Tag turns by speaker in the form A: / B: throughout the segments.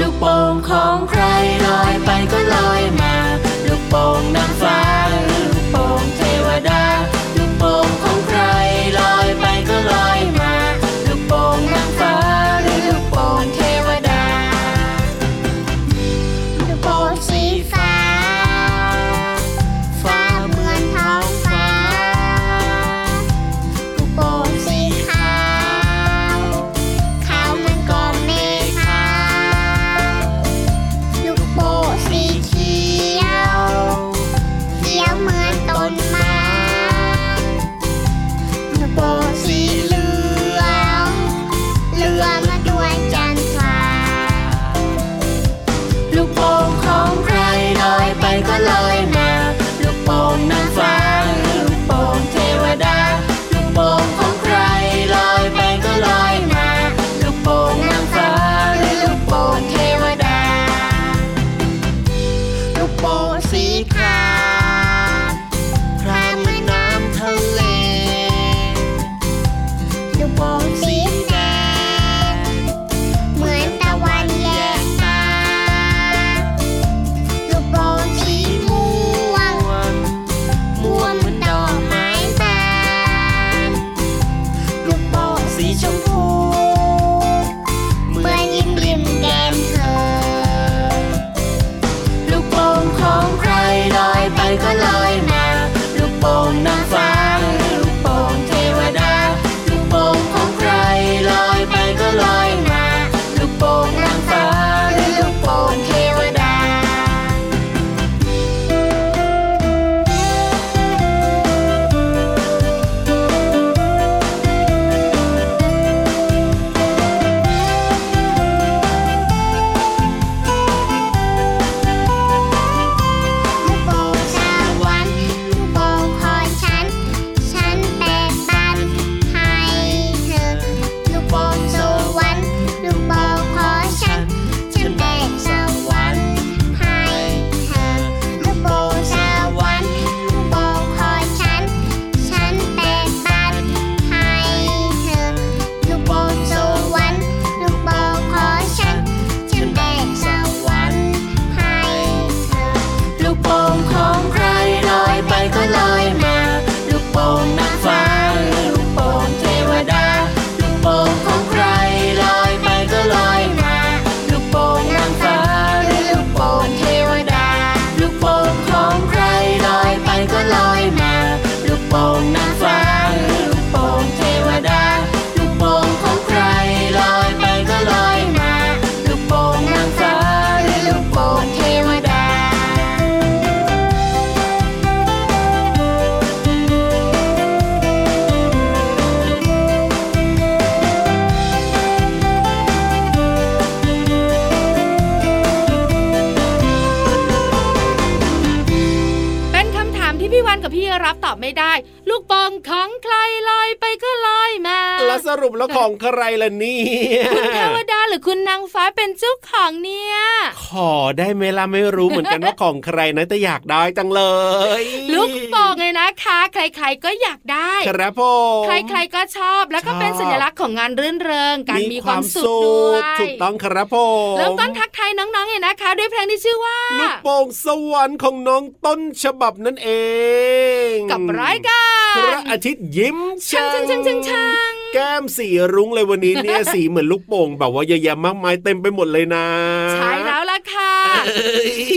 A: ลูกโป่งของใครลอยไปก็ลอยมา ลูกโป่งนางฟ้าหรือลูกโป่งเทวดา ลูกโป่งของใครลอยไปก็ลอยมา ลูกโป่งนางฟ้าหรือลูกโป่งเทวดา
B: ลูกโป่งสีฟ้า ฟ้าเหมือนท้องฟ้า ลูกโป่งสีขาว ขาวเหมือนกองเมฆาลูกโป่งสีเขียว เขียวเหมือนต้นไม้ ลูกโป่งสีเหลือง เหลืองมาด้วยจันทรา
A: ลูกโป่งของใครลอยไปก็ลอยมา ลูกโป่งนางฟ้าหรือลูกโป่งเทวดา ลูกโป่งของใครลอยไปก็ลอยมา ลูกโป่งนางฟ้าหรือลูกโป่งเทวดา ลูกโป่งสีขาวพระเหมือนน้ำทะเล
B: ลูกโป่งสีแดง เหมือนตะวันแยกตา ลูกโป่งสีม่วง ม่วงเหมือนดอกไม้บาน ลูกโป่งสีชมพู เหมือนยิ้มริมแก้มเธอ
A: ลูกโป่งของใครลอยไปก็ลอยมา ลูกโป่งนางฟ้าหรือลูกโป่งเทวดา ลูกโป่งของใครลอยไปก็ลอยมา ลูกโป่งนางฟ้าหรือลูกโป่งเทวดา
B: ลูกโป่งสวรรค์ลูกโป่งของฉัน ฉันแบ่งปันให้เธอ ลูกโป่งสวรรค์ลูกโป่งของฉัน ฉันแบ่งสวรรค์ให้เธอ ลูกโป่งสวรรค์ลูกโป่งของฉัน ฉันแบ่งปันให้เธอ ลูกโป่งสวรรค์ลูกโป่งของฉัน ฉันแบ่งสวรรค์ให้เธอ
A: ลูกโป่งของใครลอยไปก็ลอยมา ลูกโป่งนางฟ้าหรือลูกโป่งเทวดา ลูกโป่งของใครลอยไปก็ลอยมา ลูกโป่งนางฟ้าหรือลูกโป่งเทวดา ลูกโป่งของใครลอยไปก็ลอยมา ลูกโป่งนางฟ้าหรือลูกโป่งเทวดา ลูกโป่งของใครลอยไปก็ลอยมา ลูกโป่งนางฟ้าหรือลูกโป่งเทวดา
C: เป็นคำถามที่พี่วันกับพี่รับตอบไม่ได้ ลูกโป่งของใครลอยไปก็ลอยมา
D: แล้วสรุปแล้วของใครล่ะเนี่ย
C: คุณเทวดาหรือคุณนางฟ้าเป็นเจ้าของเนี่ย
D: ขอได้ไหมล่ะไม่รู้เหมือนกันว่าของใครนะแต่อยากได้จังเลย
C: ลูกโป่งเลยนะคะ ใครๆก็อยากได้
D: ครับผม
C: ใครๆก็ชอบแล้วก็เป็นสัญลักษณ์ของงานรื่นเริง การมีความสุขด้วย
D: ถูกต้องครับผม
C: เริ่มต้นทักทายน้องๆเนี่ยนะคะ ด้วยเพลงที่ชื่อว่า
D: ลูกโป่งสวรรค์ของน้องต้นฉบับนั่นเอง
C: กับรายการ
D: พระอาทิตย์ยิ้ม
C: ช่างช่างช่างช่างช่าง
D: แก้มสีรุ้งเลยวันนี้เนี่ย สีเหมือนลูกโป่งแบบว่าเยอะแยะมากมายเต็มไปหมดเลยนะ
C: ใช่แล้วล่ะค่ะ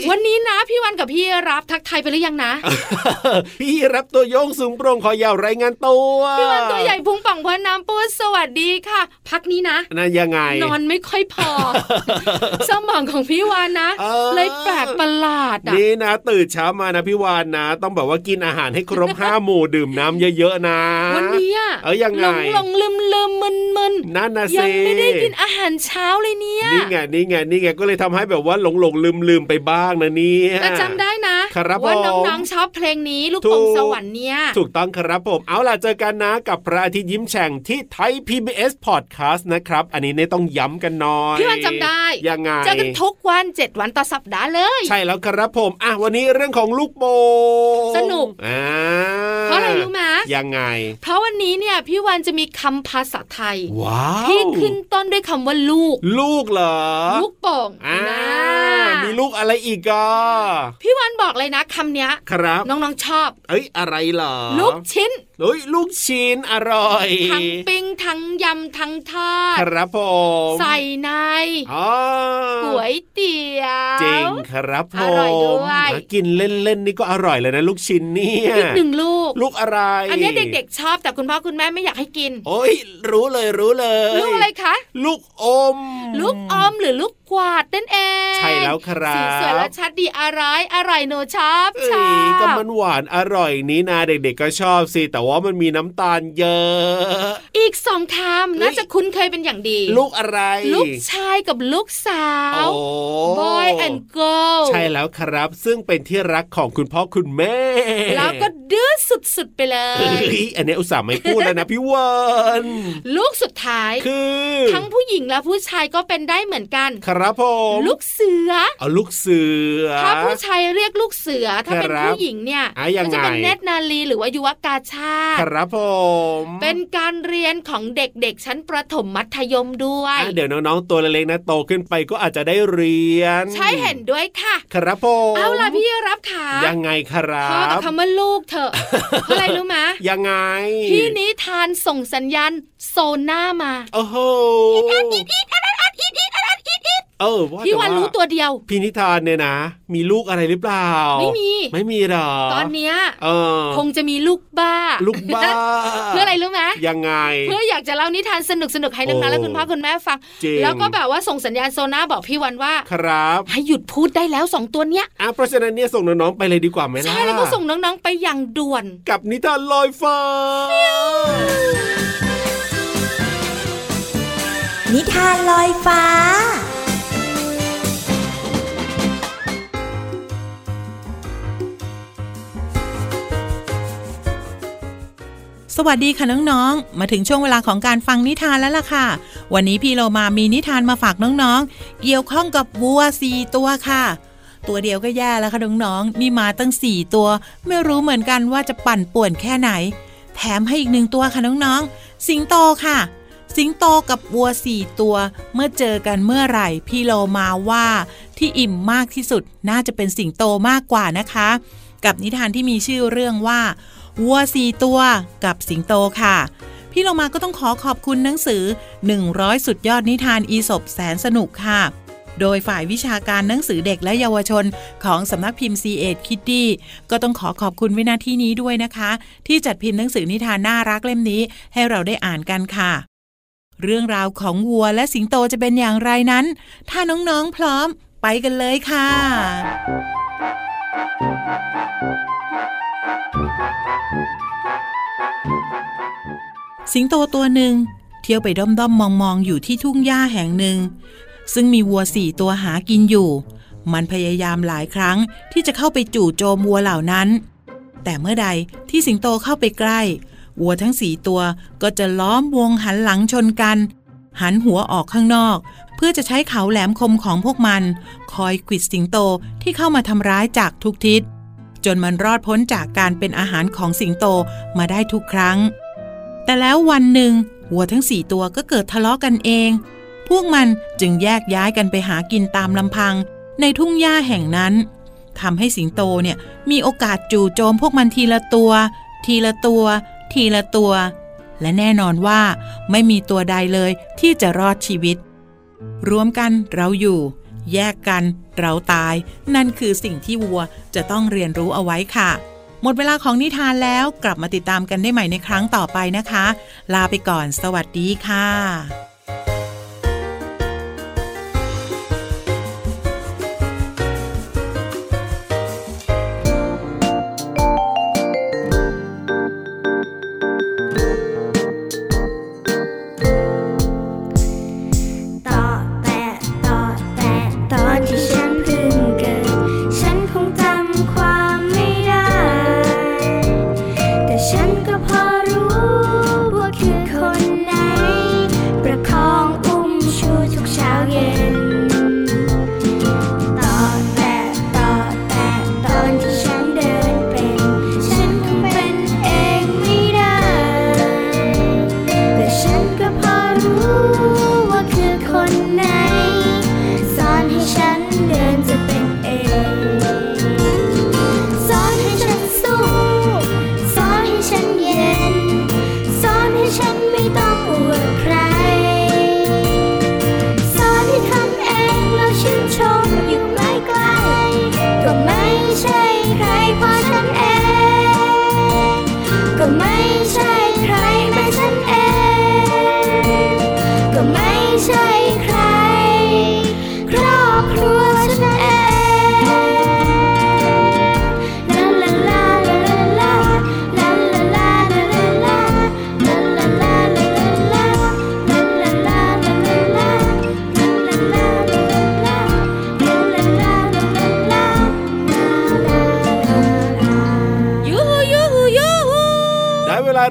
C: วันนี้นะพี่วันกับพี่รับทักทายไปหรือยังนะ
D: พี่รับตัวโยงสูงโปร่งคอยาวรายงานตัว
C: พี่วันตัวใหญ่พุงป่องพอน้ำปูสวัสดีค่ะ พักนี้นะ
D: นั่นยังไง
C: นอนไม่ค่อย พอ สมองของพี่วานนะ
D: เออ
C: เลยแปลกประหลาดอ่ะ
D: นี่นะตื่นเช้ามานะพี่วานนะ ต้องแบบว่ากินอาหารให้ครบ ห้าหมู่ดื่มน้ำเยอะๆนะ
C: วันนี้อ่ะ
D: เอ้ยยังไง
C: หลงหลงลืมลืมมึนมึน
D: นั่นนะ
C: ยั
D: สิ
C: งไม่ได้กินอาหารเช้าเลยเนี่ย
D: นี่ไงนี่ไงนี่ไงก็เลยทำให้แบบว่าหลงหลงลืมลืมๆไปบ้างนะเนี่ย
C: แต่จำได้นะ
D: ครับผ
C: ว่าม น้องๆชอบเพลงนี้ลูกโป่ง
D: ถูก
C: สวรรค์เนี่ย
D: ถูกต้องครับผม เอาล่ะเจอกันนะกับพระอาทิตย์ยิ้มแฉ่งที่ไทย PBS Podcast นะครับ อันนี้เนี่ยต้องย้ำกันหน่อย
C: พี่วันจำได้
D: ยังไง
C: เจอกันทุกวันเจ็ดวันต่อสัปดาห์เลย
D: ใช่แล้วครับผม อ่ะ วันนี้เรื่องของลูกโป่ง
C: สนุก
D: อ่า
C: เพราะอะไรรู้ไหม
D: ยังไง
C: เพราะวันนี้เนี่ยพี่วันจะมีคำภาษาไทย
D: ว้าว
C: ที่ขึ้นต้นด้วยคำว่าลูก
D: ลูกเหรอ
C: ลูกโป่ง
D: อ่า
C: นะ
D: มีลูกอะไรอีกอ่ะ
C: พี่วันบอกเลยนะคำเนี้ย
D: ครับ
C: น้องๆชอบ
D: เอ้ย อะไรเหรอ
C: ลูกชิ้น
D: เฮ้ยลูกชิ้นอร่อย
C: ทั้งปิ้งทั้งยำทั้งทอ
D: ค
C: ด
D: รับผม
C: ใส่ใน
D: อ๋อ
C: ก๋วยเตี๋ยว
D: จริงครับผม
C: อร่อยด้วย
D: อ่ะกินเล่นๆนี่ก็อร่อยเลยนะ ลูกชิ้นเนี่ย
C: อีกหนึ่งลูก
D: ลูกอะไร
C: อันเนี้ยเด็กๆชอบแต่คุณพ่อคุณแม่ไม่อยากให้กิน
D: โอ้ยรู้เลยรู้เลย
C: ลูกอะไรคะ
D: ลูกอม
C: ลูกอมหรือลูกกวาดนั่นเอง
D: ใช่แล้วครับ
C: สีสวยและชัดดีอะไรอะไรโนชอบ
D: เอ้ย
C: ชอบ
D: ก็มันหวานอร่อยนี้นะเด็กๆก็ชอบสิ แต่ว่ามันมีน้ำตาลเยอะ
C: อีกสองคำน่า
D: เฮ้ย
C: จะคุ้นเคยเป็นอย่างดี
D: ลูกอะไร
C: ลูกชายกับลูกสาว
D: โอ้
C: boy and girl
D: ใช่แล้วครับ ซึ่งเป็นที่รักของคุณพ่อคุณแม่
C: แล้วก็ดื้อสุดๆไปเล
D: เอ้
C: ย
D: ยอันเนี้ยอุตส่าห์ไม่พูดแล้วนะพี่เวัน
C: ลูกสุดท้าย
D: คือ
C: ทั้งผู้หญิงและผู้ชายก็เป็นได้เหมือนกัน
D: ครับผม
C: ลูกเสือ
D: เอาลูกเสือ
C: ถ้าผู้ชายเรียกลูกเสือ ถ้าเป็
D: ค
C: น
D: รับ
C: ผู้หญิงเนี่ย
D: อ่ะยัง
C: ก็จะเป็น
D: ไง
C: เนตรนาลีหรือว่ายุวกาชาติ
D: ครับผม
C: เป็นการเรียนของเด็กๆ ชั้นประถมมัธยมด้วย
D: อ่ะเดี๋ยวน้องๆตัวเล็กๆนะโตขึ้นไปก็อาจจะได้เรียน
C: ใช่เห็นด้วยค่ะ
D: ครับผม
C: เอาล่ะพี่รับค่ะ
D: ยังไงครั
C: พ่อกับบ คำว่าลูกเถอะ เพราะอะไรรู้ไหม
D: ยังไง
C: พี่นิทานส่งสัญญาณโซน่ามา
D: โอ้โหเออว่า
C: พี่วัน
D: แา
C: รู้ตัวเดียว
D: พี่นิทานเนี่ยนะ มีลูกอะไรหรือเปล่า
C: ไม่มี
D: ไม่มีหรอ
C: ตอนเนี้ย
D: เออ
C: คงจะมีลูกบ้า
D: ลูกบ้า
C: เพื่ออะไรรู้ไหม
D: ยังไง
C: เพื่ออยากจะเล่านิทานสนุกๆให้น้องๆและ
D: โอ้
C: คุณพ่อคุณแม่ฟัง
D: จริง
C: แล้วก็แบบว่าส่งสัญญาณโซน่าบอกพี่วันว่า
D: ครับ
C: ให้หยุดพูดได้แล้วสองตัวเนี้ย
D: อ่ะเพราะฉะนั้นเนี่ยส่งน้องๆไปเลยดีกว่าไหมล่ะ
C: ใช่แล้วก็ส่งน้องๆไปอย่างด่วน
D: กับนิทานลอยฟ้า
E: นิทานลอยฟ้า
F: สวัสดีค่ะน้องๆ มาถึงช่วงเวลาของการฟังนิทานแล้วล่ะค่ะ วันนี้พี่เรามามีนิทานมาฝากน้องๆ เกี่ยวข้องกับวัวสี่ตัวค่ะ ตัวเดียวก็แย่แล้วค่ะน้องๆ นี่มาตั้งสี่ตัว ไม่รู้เหมือนกันว่าจะปั่นป่วนแค่ไหน แถมให้อีกหนึ่งตัวค่ะน้องๆ สิงโตค่ะ สิงโตกับวัวสี่ตัว เมื่อเจอกันเมื่อไหร่ พี่โลมาว่าที่อิ่มมากที่สุดน่าจะเป็นสิงโตมากกว่านะคะ กับนิทานที่มีชื่อเรื่องว่า วัวสี่ตัวกับสิงโตค่ะ พี่โลมาก็ต้องขอขอบคุณหนังสือ 100 สุดยอดนิทานอีสบแสนสนุกค่ะ โดยฝ่ายวิชาการหนังสือเด็กและเยาวชนของสำนักพิมพ์ C ีเอ็ดคิตตี้ก็ต้องขอขอบคุณวินาที่นี้ด้วยนะคะ ที่จัดพิมพ์หนังสือนิทานน่ารักเล่มนี้ให้เราได้อ่านกันค่ะ เรื่องราวของวัวและสิงโตจะเป็นอย่างไรนั้น ถ้าน้องๆพร้อมไปกันเลยค่ะ สิงโตตัวหนึ่งเที่ยวไปด้อมด้อมมองมองๆ อยู่ที่ทุ่งหญ้าแห่งหนึ่ง ซึ่งมีวัวสี่ตัวหากินอยู่ มันพยายามหลายครั้งที่จะเข้าไปจู่โจมวัวเหล่านั้น แต่เมื่อใดที่สิงโตเข้าไปใกล้ วัวทั้งสีตัวก็จะล้อมวงหันหลังชนกัน หันหัวออกข้างนอก เพื่อจะใช้เขาแหลมคมของพวกมัน คอยขวิดสิงโตที่เข้ามาทำร้ายจากทุกทิศ จนมันรอดพ้นจากการเป็นอาหารของสิงโตมาได้ทุกครั้ง แต่แล้ววันหนึ่งวัวทั้งสี่ตัวก็เกิดทะเลาะกันเอง พวกมันจึงแยกย้ายกันไปหากินตามลำพัง ในทุ่งหญ้าแห่งนั้นทำให้สิงโตเนี่ยมีโอกาสจู่โจมพวกมันทีละตัว ทีละตัว ทีละตัว และแน่นอนว่าไม่มีตัวใดเลยที่จะรอดชีวิต รวมกันเราอยู่ แยกกันเราตาย นั่นคือสิ่งที่วัวจะต้องเรียนรู้เอาไว้ค่ะ หมดเวลาของนิทานแล้วกลับมาติดตามกันได้ใหม่ในครั้งต่อไปนะคะ ลาไปก่อนสวัสดีค่ะ
B: ต่อแต่ต่อแต่ตอนที่ฉันเพิ่งเกิด ฉันคงจำความ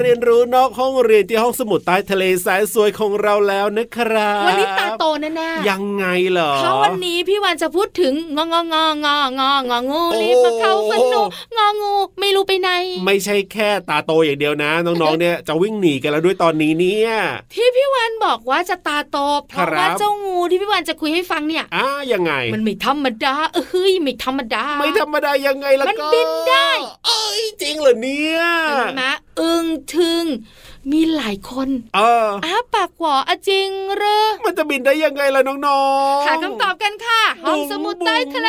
D: เรียนรู้นอกห้องเรียนที่ห้องสมุดใต้ทะเลสายสวยของเราแล้วนะครับ
C: วันนี้ตาโตแน่ๆ
D: ยังไงเหรอ
C: เพราะวันนี้พี่วันจะพูดถึงงององององององูรีบมาเข้าฝันหนูงองูไม่รู้ไปไหน
D: ไม่ใช่แค่ตาโตอย่างเดียวนะ น้องๆ เนี่ยจะวิ่งหนีกันแล้วด้วยตอนนี้เนี่ย
C: ที่พี่วันบอกว่าจะตาโตเพราะว่า
D: ครับ
C: เจ้างูที่พี่วันจะคุยให้ฟังเนี่ย
D: อ้ายังไง
C: มันไม่ธรรมดาเอ้ยไม่ธรรมดา
D: ไม่ธรรมดายังไงล่ะ
C: มัน
D: ก็
C: บินได้
D: เอ้ยจริงเหรอเนี่ย
C: เห็นไหมอึ้งทึงมีหลายคน
D: เออ
C: อ้าปากหวออะจริงเหรอ
D: มันจะบินได้ยังไงล่ะน้องๆ
C: หาคำตอบกันค่ะ ห้องสมุดใต้ทะเล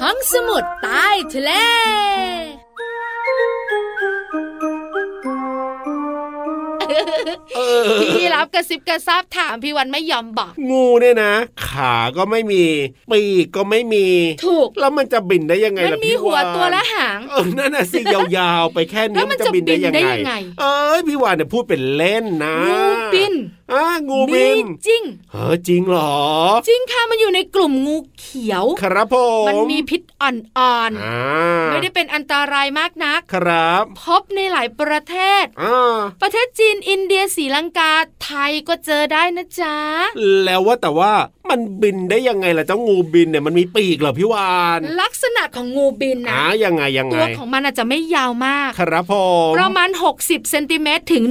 C: ห้องสมุดใต้ทะเล
D: เออ
C: พี่รับกระซิบกระซาบถามพี่วันไม่ยอมบอก
D: งูเนี่ยนะ ขาก็ไม่มี ปีกก็ไม่มี
C: ถูก
D: แล้วมันจะบินได้ยังไง
C: มัน
D: ล่ะ
C: มี
D: พี่
C: หัวตัวและหาง
D: เออนั่นน่ะสิ ยาวๆ ไปแค่
C: แล้
D: นี้
C: วมั
D: มัน น
C: จะ
D: จะ
C: บิ
D: บิ
C: น
D: น
C: ได้
D: ได้
C: ยั
D: ยัง งไง
C: ไง
D: เอ้ยพี่วานเนี่ยพูดเป็นเล่นนะ
C: งูบิน
D: อ่ะงูบิน
C: มีจริง
D: เฮ้ยจริงเหรอ
C: จริงค่ะมันอยู่ในกลุ่มงูเขียว
D: ครับผม
C: มันมีพิษอ่อน
D: อ่า
C: ๆ ไม่ได้เป็นอันตรายมากนัก
D: ครับ
C: พบในหลายประเทศ
D: อ่า
C: ประเทศจีนอินเดียศรีลังกาไทยก็เจอได้นะจ๊ะ
D: แล้วว่าแต่ว่ามันบินได้ยังไงล่ะเจ้างูบินเนี่ยมันมีปีกเหรอพี่วาน
C: ลักษณะของงูบินนะ
D: อ่ายังไงยังไง
C: ตัวของมันอาจจะไม่ยาวมาก
D: ครับผม
C: ประมาณ 60เซนติเมตรถึง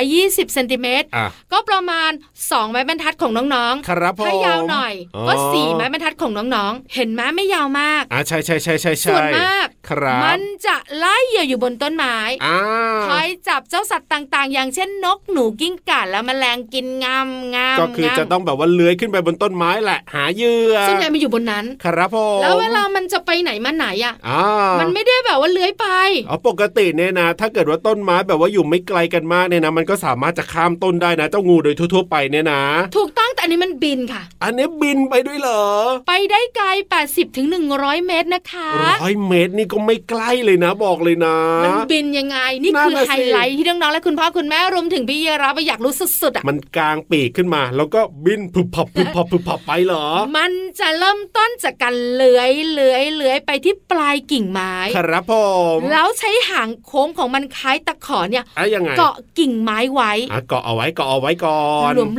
C: 120เซนติเมตร
D: อ่ะ
C: ก็ประมาณ 2 ไม้บรรทัดของน้อง
D: ครับผ
C: ๆ
D: ม
C: ถ้ายาวหน่อย ก็ 4 ไม้บรรทัดของน้องๆ เห็นไหมไม่ยาวมาก
D: อ่าใช่ใช่ใช่ใช่ใช่
C: ส่วนมาก
D: ครับ
C: มันจะไล่เหยื่ออยู่บนต้นไม้
D: อ่า
C: คอยจับเจ้าสัตว์ต่างๆ อย่างเช่นนกหนูกิ้งก่าและแมลงกินงามงาม
D: ก็คือจะต้องแบบว่าเลื้อยขึ้นไปบนต้นไม้แหละ หาเหยื่อ
C: ส่วนใหญ่มันอยู่บนนั้น
D: ครับผม
C: แล้วเวลามันจะไปไหนมาไหนอ่ะ
D: อ่า
C: มันไม่ได้แบบว่าเลื้อยไป
D: อ๋อปกติเนี่ยนะ ถ้าเกิดว่าต้นไม้แบบว่าอยู่ไม่ไกลกันมากเนี่ยนะ มันก็สามารถจะข้ามต้นได้นะ เจ้างูโดยทั่วๆไปเนี่ยนะ
C: ถูกต้องแต่อันนี้มันบินค่ะ
D: อันนี้บินไปด้วยเหรอ
C: ไปได้ไกล 80ถึง100 เมตรนะคะ
D: ร้อยเมตรนี่ก็ไม่ใกล้เลยนะ บอกเลยนะ
C: มันบินยังไง นี่
D: นั่น
C: คือ
D: น่ะสิ
C: ไฮไลท์ที่น้องๆและคุณพ่อคุณแม่รวมถึงพี่เยรับอยากรู้สุดๆอ่ะ
D: มันกลางปีกขึ้นมา แล้วก็บินผึบผับผึบผับผึบผับไปเหรอ
C: มันจะเริ่มต้นจากการเลื้อยเลื้อยเลื้อยไปที่ปลายกิ่งไม้
D: ครับผม
C: แล้วใช้หางโค้งของมันคล้ายตะขอเนี่ย
D: อ่ะยังไง
C: เกาะกิ่งไม้ไว้
D: อ่ะเกาะเอาไว้เกาะเอาไว้ก่อน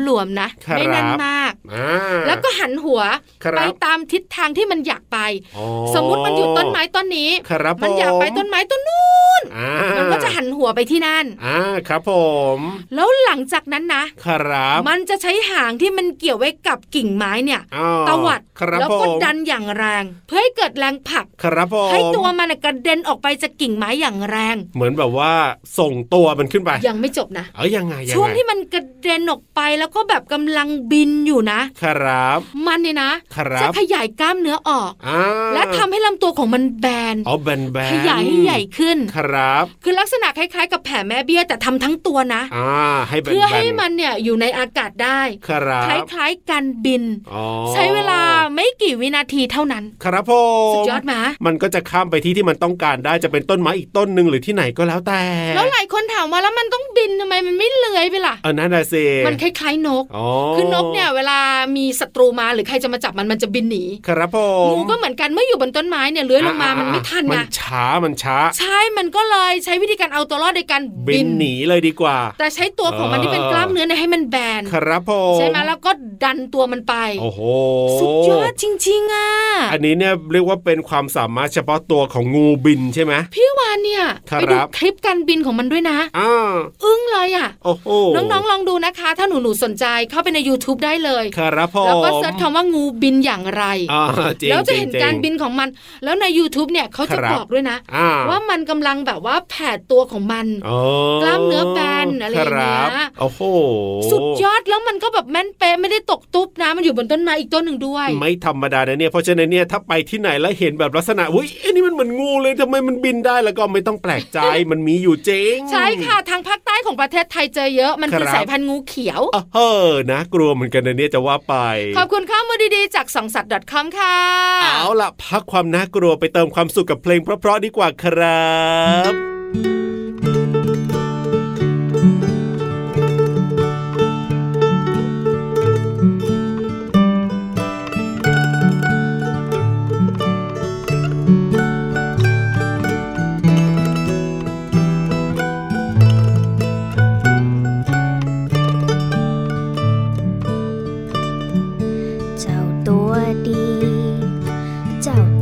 C: หลวมๆนะ
D: ครับ
C: ไม่แน่นมาก
D: อ่า
C: แล้วก็หันหัว
D: ครับ
C: ไปตามทิศทางที่มันอยากไป
D: อ๋อ
C: สมมุติมันอยู่ต้นไม้ต้นนี้
D: ครับ
C: มันอยากไป
D: ผ
C: ต้นไม้ต้นนู้น
D: อ่า
C: มั
D: มัน
C: ก็จะหันหัวไปที่นั่น
D: อ่าครับผม
C: แล้วหลังจากนั้นนะ
D: ครับ
C: มันจะใช้หางที่มันเกี่ยวไว้กับกิ่งไม้เนี่ย
D: อ๋อ
C: ตวัด
D: ครับ
C: แล้วก็
D: ผม
C: ดันอย่างแรง เพื่อให้เกิดแรงผลัก
D: ครับผม
C: ให้ตัวมันน่ะกระเด็นออกไปจากกิ่งไม้อย่างแรง
D: เหมือนแบบว่าส่งตัวมันขึ้นไป
C: ยังไม่จบนะ
D: เอ้ยยังไงยังไง
C: ช่วงที่มันกระเด็นออกไปแล้วก็แบบกำลังบินอยู่นะ
D: ครับ
C: มันเนี่ยนะครับ จะขยายกล้ามเนื้อออก
D: อ่า
C: และทำให้ลำตัวของมันแบน
D: อ๋อแบนแบน
C: ขยายให้ใหญ่ขึ้น
D: ครับ
C: คือลักษณะคล้ายๆ กับแผ่แม่เบี้ยแต่ทำทั้งตัวนะ
D: อ่าให้แบน
C: เพื่อให้
D: แบ
C: มันเนี่ยอยู่ในอากาศได้
D: ครับ
C: คล้ายๆการบิน
D: อ๋อ
C: ใช้เวลาไม่กี่วินาทีเท่านั้น
D: ครับผม
C: สุดยอดไหม
D: มันก็จะข้ามไปที่ที่มันต้องการได้จะเป็นต้นไม้อีกต้นหนึ่งหรือที่ไหนก็แล้วแต่
C: แล้วหลายคนถามว่าแล้วมันต้องบินทำไมมันไม่เลื้อยไปล่ะ
D: เออนั่นน่ะสิ
C: มันคล้ายๆนก
D: อ๋อ
C: คือนกเนี่ยเวลามีศัตรูมาหรือใครจะมาจับมันมันจะบินหนี
D: ครับผ
C: งู
D: ม
C: ก็เหมือนกันเมื่ออยู่บนต้นไม้เนี่ยเลื้อยลงมา
D: อ่
C: มันไม่ทัน
D: มั
C: ไง
D: นช้ามันช้า
C: ใช่ มันก็เลยใช้วิธีการเอาตัวรอดโดยการ
D: บินหนีเลยดีกว่า
C: แต่ใช้ตัวของมันที่เป็นกล้ามเนื้อเนี่ยให้มันแบน
D: ครับผม
C: ใช่ไหมแล้วก็ดันตัวมันไป
D: โอ้โห
C: สุดยอดจริงๆอ่ะ
D: อันนี้เนี่ยเรียกว่าเป็นความสามารถเฉพาะตัวของงูบินใช่ไหม
C: พี่วานเนี่ย
D: ครับ
C: ไปดูคลิปการบินของมันด้วยนะ
D: อ้าว
C: อึ้งเลยอ่ะ
D: โอ้โห
C: น้องๆลองดูนะคะ ถ้าหนูหนูๆสนใจเข้าไปใน YouTube ได้เลย
D: ครับผม
C: แล้วก็เซิร์ชคำว่างูบินอย่างไร
D: อ่าจริง
C: แล้วจะเห็น
D: ง
C: การ
D: ง
C: บินของมัน แล้วใน YouTube เนี่ยเขาจะ
D: ครับ
C: บอกด้วยนะ
D: อ่า
C: ว่ามันกำลังแบบว่าแผดตัวของมัน
D: อ๋อก
C: ล้ามเนื้อแบนอะไรอย่างเงี้ย
D: ครับโอ้โห
C: สุดยอดแล้วมันก็แบบแม่นเป๊ะไม่ได้ตกตุ๊บนะ มันอยู่บนต้นไม้อีกต้นหนึ่งด้วย
D: ไม่ธรรมดานะเนี่ยเพราะฉะนั้นเนี่ยถ้าไปที่ไหนแล้วเห็นแบบลักษณะอุ้ยไอ้นี่มันเหมือนงูเลยทำไมมันบินได้แล้วก็ไม่ต้องแปลกใจ มันมีอยู่จริง
C: ใช่ค่ะทางภาคใต้ของประเทศไทยเจอเยอะมันคือ
D: ครับ
C: สายพันธุ์งูเขียว
D: อ้าวเฮ้อนะกลัวเหมือนกันนะเนี่ยจะว่าไป
C: ขอบคุณข้อมูลดีๆ จากสองสัตว์ .com ค่ะ
D: เอาล่ะ พักความน่ากลัวไปเติมความสุขกับเพลงเพราะๆดีกว่าครับ
G: เ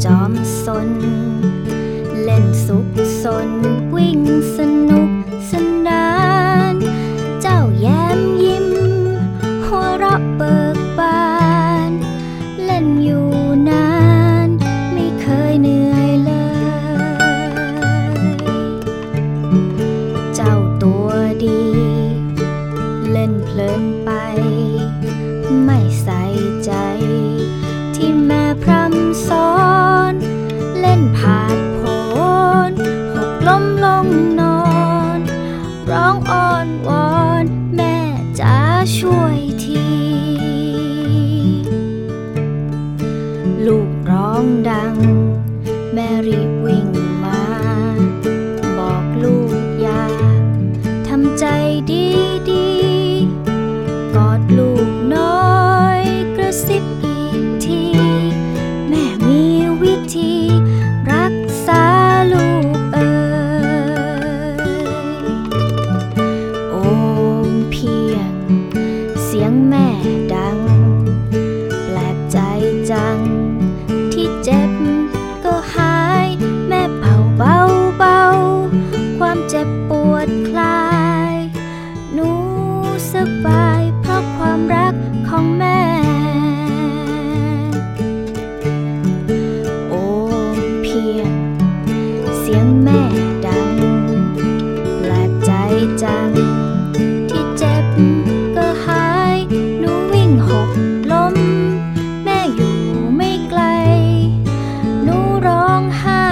G: จอมสน เล่นสุกสนวิ่งสนุกสนาน เจ้าแย้มยิ้ม หัวเราะเบิกบาน เล่นอยู่นาน ไม่เคยเหนื่อยเลย เจ้าตัวดี เล่นเพลินไป ไม่ใส่ใจ ที่แม่พร่ำสอน เล่นผาดโผนหกล้มลงนอน ร้องอ้อนวอน แม่จ๋าช่วยที ลูกร้องดัง แม่รีบวิ่งมา บอกลูกอย่าทำใจดีดีๆกอดลูกน้อยกระซิบอีกที แม่มีวิธี รักษาลูกเอ่ย โอมเพียง เสียงแม่ดัง แปลกใจจัง ที่เจ็บก็หาย แม่เป่าเบาเบาๆความเจ็บปวดคลาย หนูสบายเพราะความรักของแม่ โอมเพียง เสียงแม่ดัง แปลกใจจัง ที่เจ็บก็หาย หนูวิ่งหกล้ม แม่อยู่ไม่ไกล หนูร้องไห้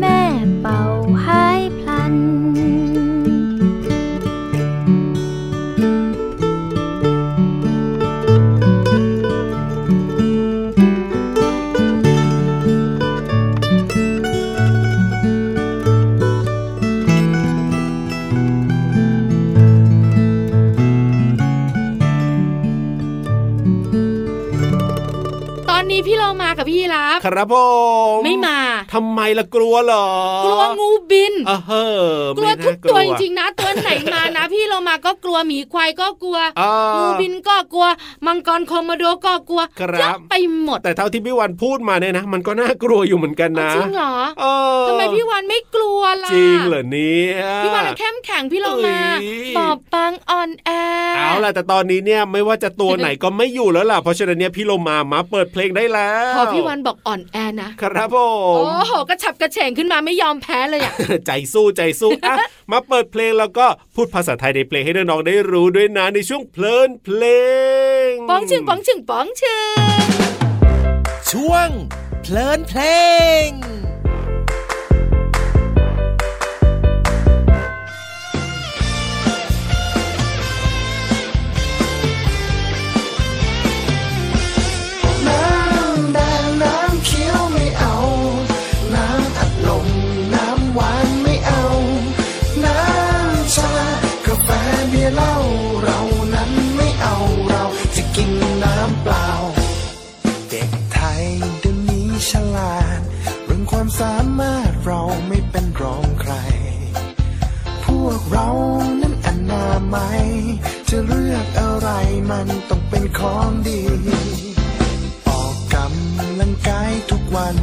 G: แม่เป่าหายพลัน
C: ตอนนี้พี่เรามากับพี่รับ
D: ครับผม
C: ไม่มา
D: ทำไมล่ะกลัวเหรอก
C: ลัวงูบิน
D: อ่ะเฮ้อก
C: ลัว
D: ไม่น่า
C: ทุกตัวจริงๆนะ ตัวไหนมา นะ พี่เรามาก็กลัวหมีควายก็กลัว
D: อ่า
C: งูบินก็กลัว มังกรโคโมโดก็กลัว
D: ครับ
C: เยอะไปหมด
D: แต่เท่าที่พี่วันพูดมาเนี่ยนะ มันก็น่ากลัวอยู่เหมือนกันนะ
C: จริงเหรอ
D: เออ
C: ทำไมพี่วันไม่กลัวล่ะ
D: จริงเหรอเนี่ย
C: พี่วันเข้มแข็งพี่เรามา
D: เอ้ย
C: บอบบางอ่อนแอ
D: เอาล่ะแต่ตอนนี้เนี่ยไม่ว่าจะตัวไหนก็ไม่อยู่แล้วล่ะเพราะฉะนั้นเนี่ยพี่โลมามาเปิดเพลงได้แล้ว
C: พอพี่วันบอกอ่อนแอนะครับ
D: ผ
C: โอ้
D: ม
C: โหกระฉับกระเฉงขึ้นมาไม่ยอมแพ้เลยอะ
D: ใจสู้ใจสู้อ่ะ มาเปิดเพลงแล้วก็พูดภาษาไทยในเพลงให้น้องๆได้รู้ด้วยนะในช่วงเพลินเพลง
C: ป๋องชึงป๋องชึงป๋องชึง
H: ช่วง เพลินเพลง
I: น้ำแดงน้ำเขียวไม่เอา น้ำอัดลมน้ำหวานไม่เอา น้ำชากาแฟเบียร์เหล้าเรานั้นไม่เอาเราจะกินน้ำเปล่า เด็กไทยเดี๋ยวนี้ฉลาด เรื่องความสามารถเราไม่เป็นรองใคร พวกเรานั้นอนามัยจะเลือกอะไรมันต้องเป็นของดี ออกกำลังกายทุกวัน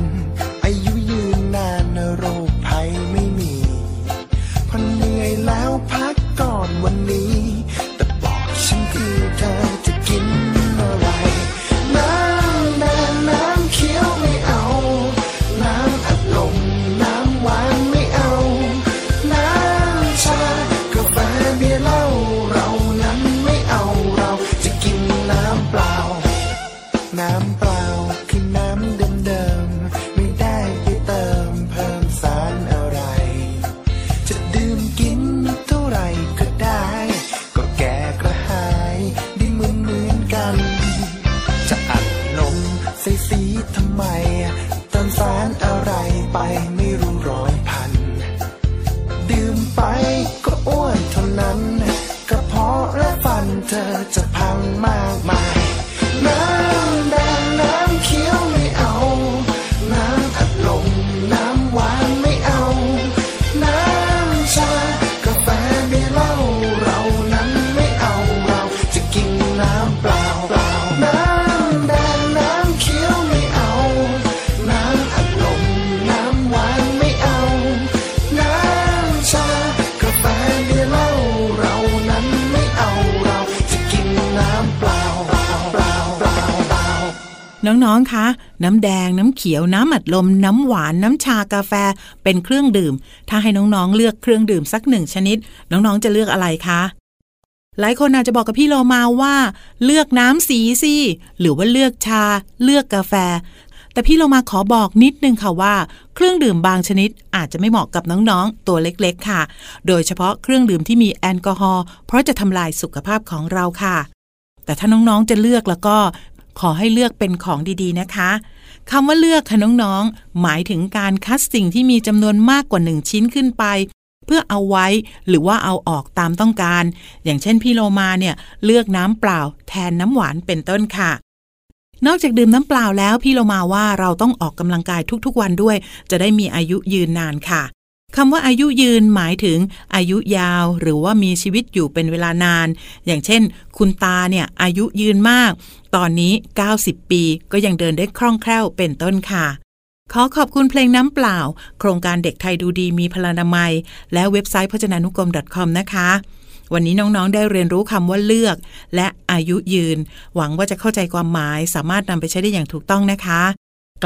I: อายุยืนนานโรคภัยไม่มีพอเหนื่อยแล้วพักก่อนวันนี้ แต่บอกฉันทีเธอจะกินอะไร น้ำแดงน้ำเขียวไม่เอา น้ำอัดลมน้ำหวานไม่เอา น้ำชากาแฟเบียร์เหล้าเรานั้นไม่เอาเราจะกินน้ำเปล่า น้ำเปล่าคือน้ำเดิมๆ ไม่ได้ไปเติมเพิ่มสารอะไร จะดื่มกิน
F: น้องๆ คะ น้ำแดง น้ำเขียว น้ำอัดลม น้ำหวาน น้ำชากาแฟ เป็นเครื่องดื่ม ถ้าให้น้องๆ เลือกเครื่องดื่มสักหนึ่งชนิด น้องๆ จะเลือกอะไรคะ หลายคนอาจจะบอกกับพี่โลมาว่า เลือกน้ำสีสิ หรือว่าเลือกชา เลือกกาแฟ แต่พี่โลมาขอบอกนิดนึงค่ะว่า เครื่องดื่มบางชนิดอาจจะไม่เหมาะกับน้องๆ ตัวเล็กๆ ค่ะ โดยเฉพาะเครื่องดื่มที่มีแอลกอฮอล์ เพราะจะทำลายสุขภาพของเราค่ะ แต่ถ้าน้องๆ จะเลือกแล้วก็ขอให้เลือกเป็นของดีๆนะคะคำว่าเลือกค่ะน้องๆ หมายถึงการคัดสิ่งที่มีจำนวนมากกว่า 1 ชิ้นขึ้นไป เพื่อเอาไว้หรือว่าเอาออกตามต้องการ อย่างเช่นพี่โลมาเนี่ยเลือกน้ำเปล่า แทนน้ำหวานเป็นต้นค่ะ นอกจากดื่มน้ำเปล่าแล้วพี่โลมาว่าเราต้องออกกำลังกายทุกๆวันด้วย จะได้มีอายุยืนนานค่ะ คำว่าอายุยืนหมายถึงอายุยาว หรือว่ามีชีวิตอยู่เป็นเวลานาน อย่างเช่น คุณตาเนี่ยอายุยืนมาก ตอนนี้ 90 ปีก็ยังเดินได้คล่องแคล่วเป็นต้นค่ะ ขอขอบคุณเพลงน้ำเปล่า โครงการเด็กไทยดูดีมีพลานามัย และเว็บไซต์พจนานุกรม .com นะคะ วันนี้น้องๆ ได้เรียนรู้คำว่าเลือก และอายุยืน หวังว่าจะเข้าใจความหมาย สามารถนำไปใช้ได้อย่างถูกต้องนะคะ ก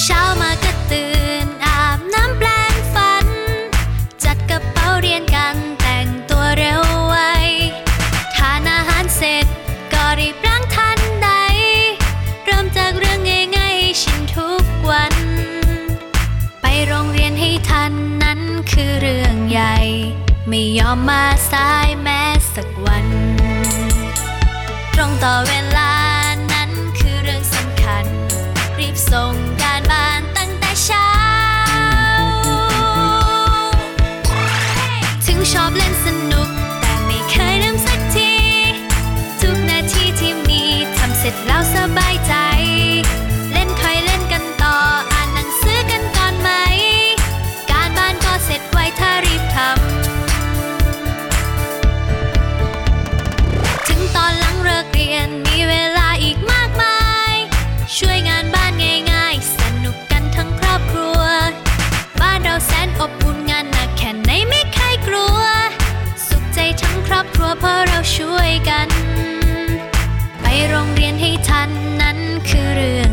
J: เช้ามาก็ตื่นอาบน้ำแปลงฟัน จัดกระเป๋าเรียนกันแต่งตัวเร็วไวทานอาหารเสร็จก็รีบล้างทันใด เริ่มจากเรื่องง่ายๆให้ชินทุกวัน ไปโรงเรียนให้ทันนั้นคือเรื่องใหญ่ ไม่ยอมมาสายแม้สักวัน ตรงต่อเวลานั้นคือเรื่องสำคัญ รีบส่งการบ้านตั้งแต่เช้า ถึงชอบเล่นสนุกแต่ไม่เคยลืมสักที ทุกนาทีที่มีทำเสร็จแล้วสบายใจ เล่นคอยเล่นกันต่ออ่านหนังสือกันก่อนไหม การบ้านก็เสร็จไวถ้ารีบทำ ถึงตอนหลังเลิกเรียนมีเวลาอีกมากมาย ช่วยงานบ้านง่ายๆ สนุกกันทั้งครอบครัว บ้านเราแสนอบอุ่นงานหนักแค่ไหนไม่เคยกลัว สุขใจทั้งครอบครัวเพราะเราช่วยกัน ไปโรงเรียนให้ทันนั้นคือเรื่อง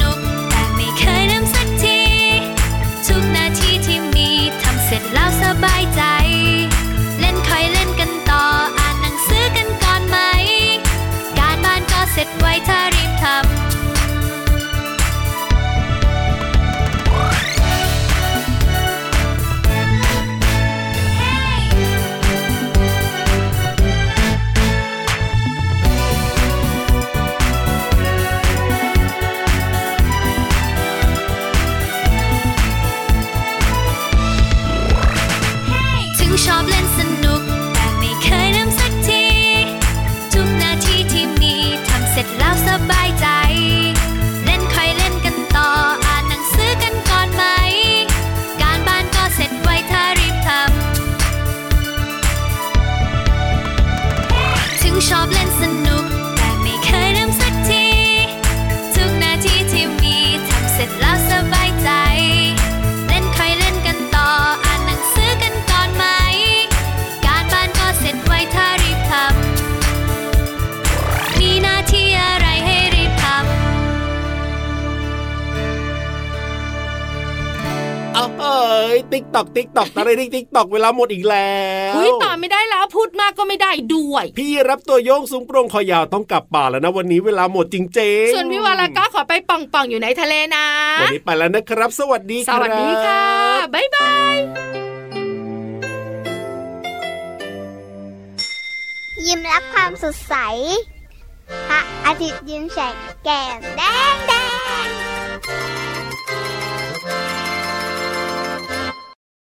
J: นุกแต่ไม่เคยลืมสักที ทุกนาทีที่มีทำเสร็จแล้วสบายใจ เล่นคอยเล่นกันต่ออ่านหนังสือกันก่อนไหม การบ้านก็เสร็จไวถ้ารีบทำ เ
D: ติ๊กตอกติ๊กตอกตะไรติ๊กติ๊กตอกเวลาหมดอีกแล้ว
C: อุ้ยต่อไม่ได้แล้วพูดมากก็ไม่ได้ด้วย
D: พี่รับตัวโยงสูงโปร่งคอยาวต้องกลับป่าแล้วนะวันนี้เวลาหมดจริงๆ
C: ส่วนพี่วานละก็ขอไปป่องป่องๆอยู่ในทะเลนะ
D: วันนี้ไปแล้วนะครับ สวัสดี
C: สวัสดี
D: รับ
C: ค่ะ บ๊ายบาย
B: ยิ้มรับความสดใส พระอาทิตย์ยิ้มแฉกแก้มแดงแด